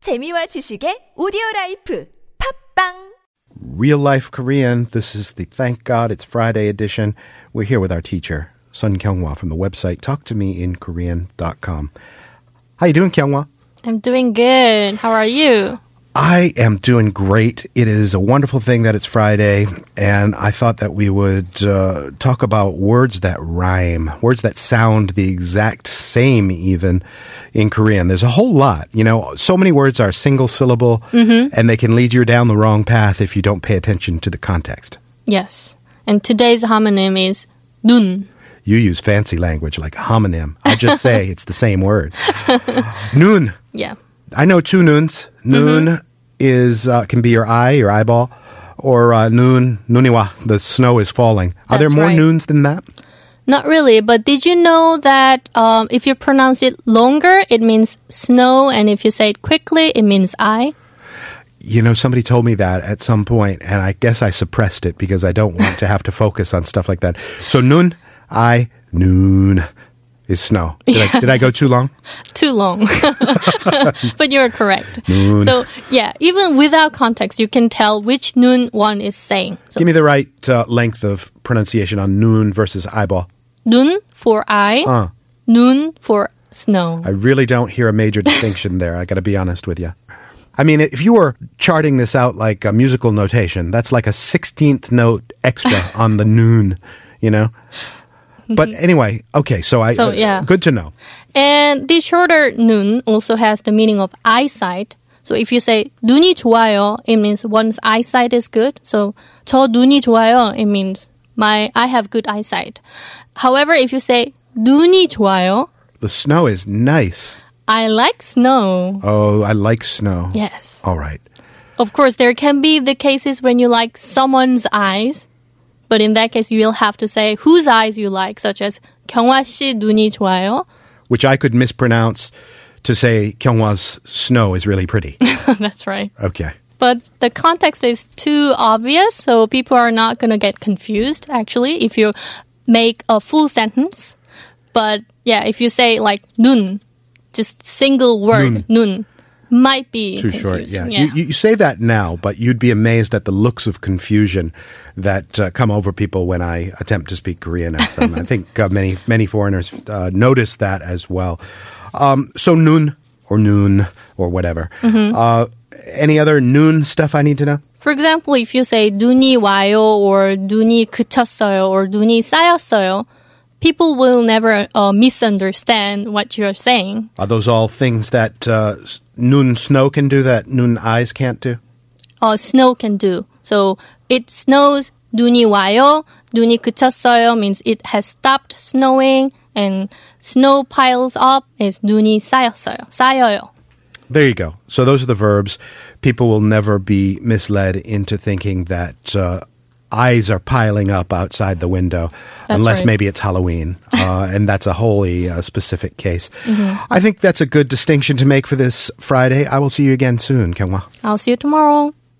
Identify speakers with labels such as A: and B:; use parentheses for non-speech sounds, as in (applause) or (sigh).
A: 재미와 지식의 오디오 라이프 팝빵
B: Real Life Korean. This is the Thank God It's Friday edition. We're here with our teacher, Sun Kyunghwa from the website talktomeinkorean.com. How you doing, Kyunghwa?
C: I'm doing good. How are you?
B: I am doing great. It is a wonderful thing that it's Friday, and I thought that we would uh, talk about words that rhyme, words that sound the exact same, even in Korean. There's a whole lot. You know, so many words are single syllable, and they can lead you down the wrong path if you don't pay attention to the context.
C: Yes. And today's homonym is 눈.
B: You use fancy language like homonym. I just
C: (laughs)
B: say it's the same word. Noon.
C: Yeah.
B: I know two noons.
C: Mm-hmm.
B: Noon is uh, can be your eye, your eyeball, or uh, noon nuniwa. The snow is falling. Are there
C: That's
B: more
C: right.
B: noons than that?
C: Not really, but did you know that um, if you pronounce it longer, it means snow, and if you say it quickly, it means I?
B: You know, somebody told me that at some point, and I guess I suppressed it because I don't want to have to focus on stuff like that. So noon, I noon is snow. Did, I, did I
C: (laughs)
B: go too long?
C: Too long. (laughs) but you're correct. So, yeah, even without context, you can tell which noon one is saying. So,
B: Give me the right uh, length of pronunciation on noon versus eyeball.
C: 눈 for I, noon for snow.
B: I really don't hear a major distinction (laughs) there. I got to be honest with you. I mean, if you were charting this out like a musical notation, that's like a 16th note
C: (laughs)
B: extra on the noon, you know? But anyway, okay, so I
C: Mm-hmm. So, yeah.
B: good to know.
C: And the shorter 눈 also has the meaning of eyesight. So if you say 눈이 좋아요, it means one's eyesight is good. So 저 눈이 좋아요, it means my I have good eyesight. However, if you say 눈이 좋아요,
B: The snow is nice.
C: I like snow.
B: Oh, I like snow.
C: Yes.
B: All right.
C: Of course, there can be the cases when you like someone's eyes, but in that case, you'll have to say whose eyes you like, such as 경화 씨 눈이 좋아요. (laughs)
B: Which I could mispronounce to say Kyunghwa's snow is really
C: (laughs)
B: pretty.
C: That's right.
B: Okay.
C: But the context is too obvious, so people are not going to get confused actually if you make a full sentence. But yeah, if you say like nun, just single word nun, might be
B: Too short, yeah.
C: confusing.
B: You, you- you say that now, but you'd be amazed at the looks of confusion that uh, come over people when I attempt to speak Korean at them. I think uh, many many foreigners uh, notice that as well. Um, so noon or noon or whatever. Uh, any other noon stuff I need to know?
C: For example, if you say 눈이 와요 or 눈이 그쳤어요 or 눈이 쌓였어요, people will never uh, misunderstand what you're saying.
B: Are those all things that uh, s- noon snow can do that noon eyes can't do?
C: uh, snow can do. So it snows 눈이 와요. 눈이 그쳤어요 means it has stopped snowing and snow piles up is 눈이 쌓였어요. 쌓여요.
B: There you go. So those are the verbs. People will never be misled into thinking that uh, eyes are piling up outside the window,
C: That's
B: unless
C: right.
B: maybe it's Halloween,
C: (laughs)
B: uh, and that's a wholly uh, specific case.
C: Mm-hmm.
B: I think that's a good distinction to make for this Friday. I will see you again soon, Kenwa.
C: I'll see you tomorrow.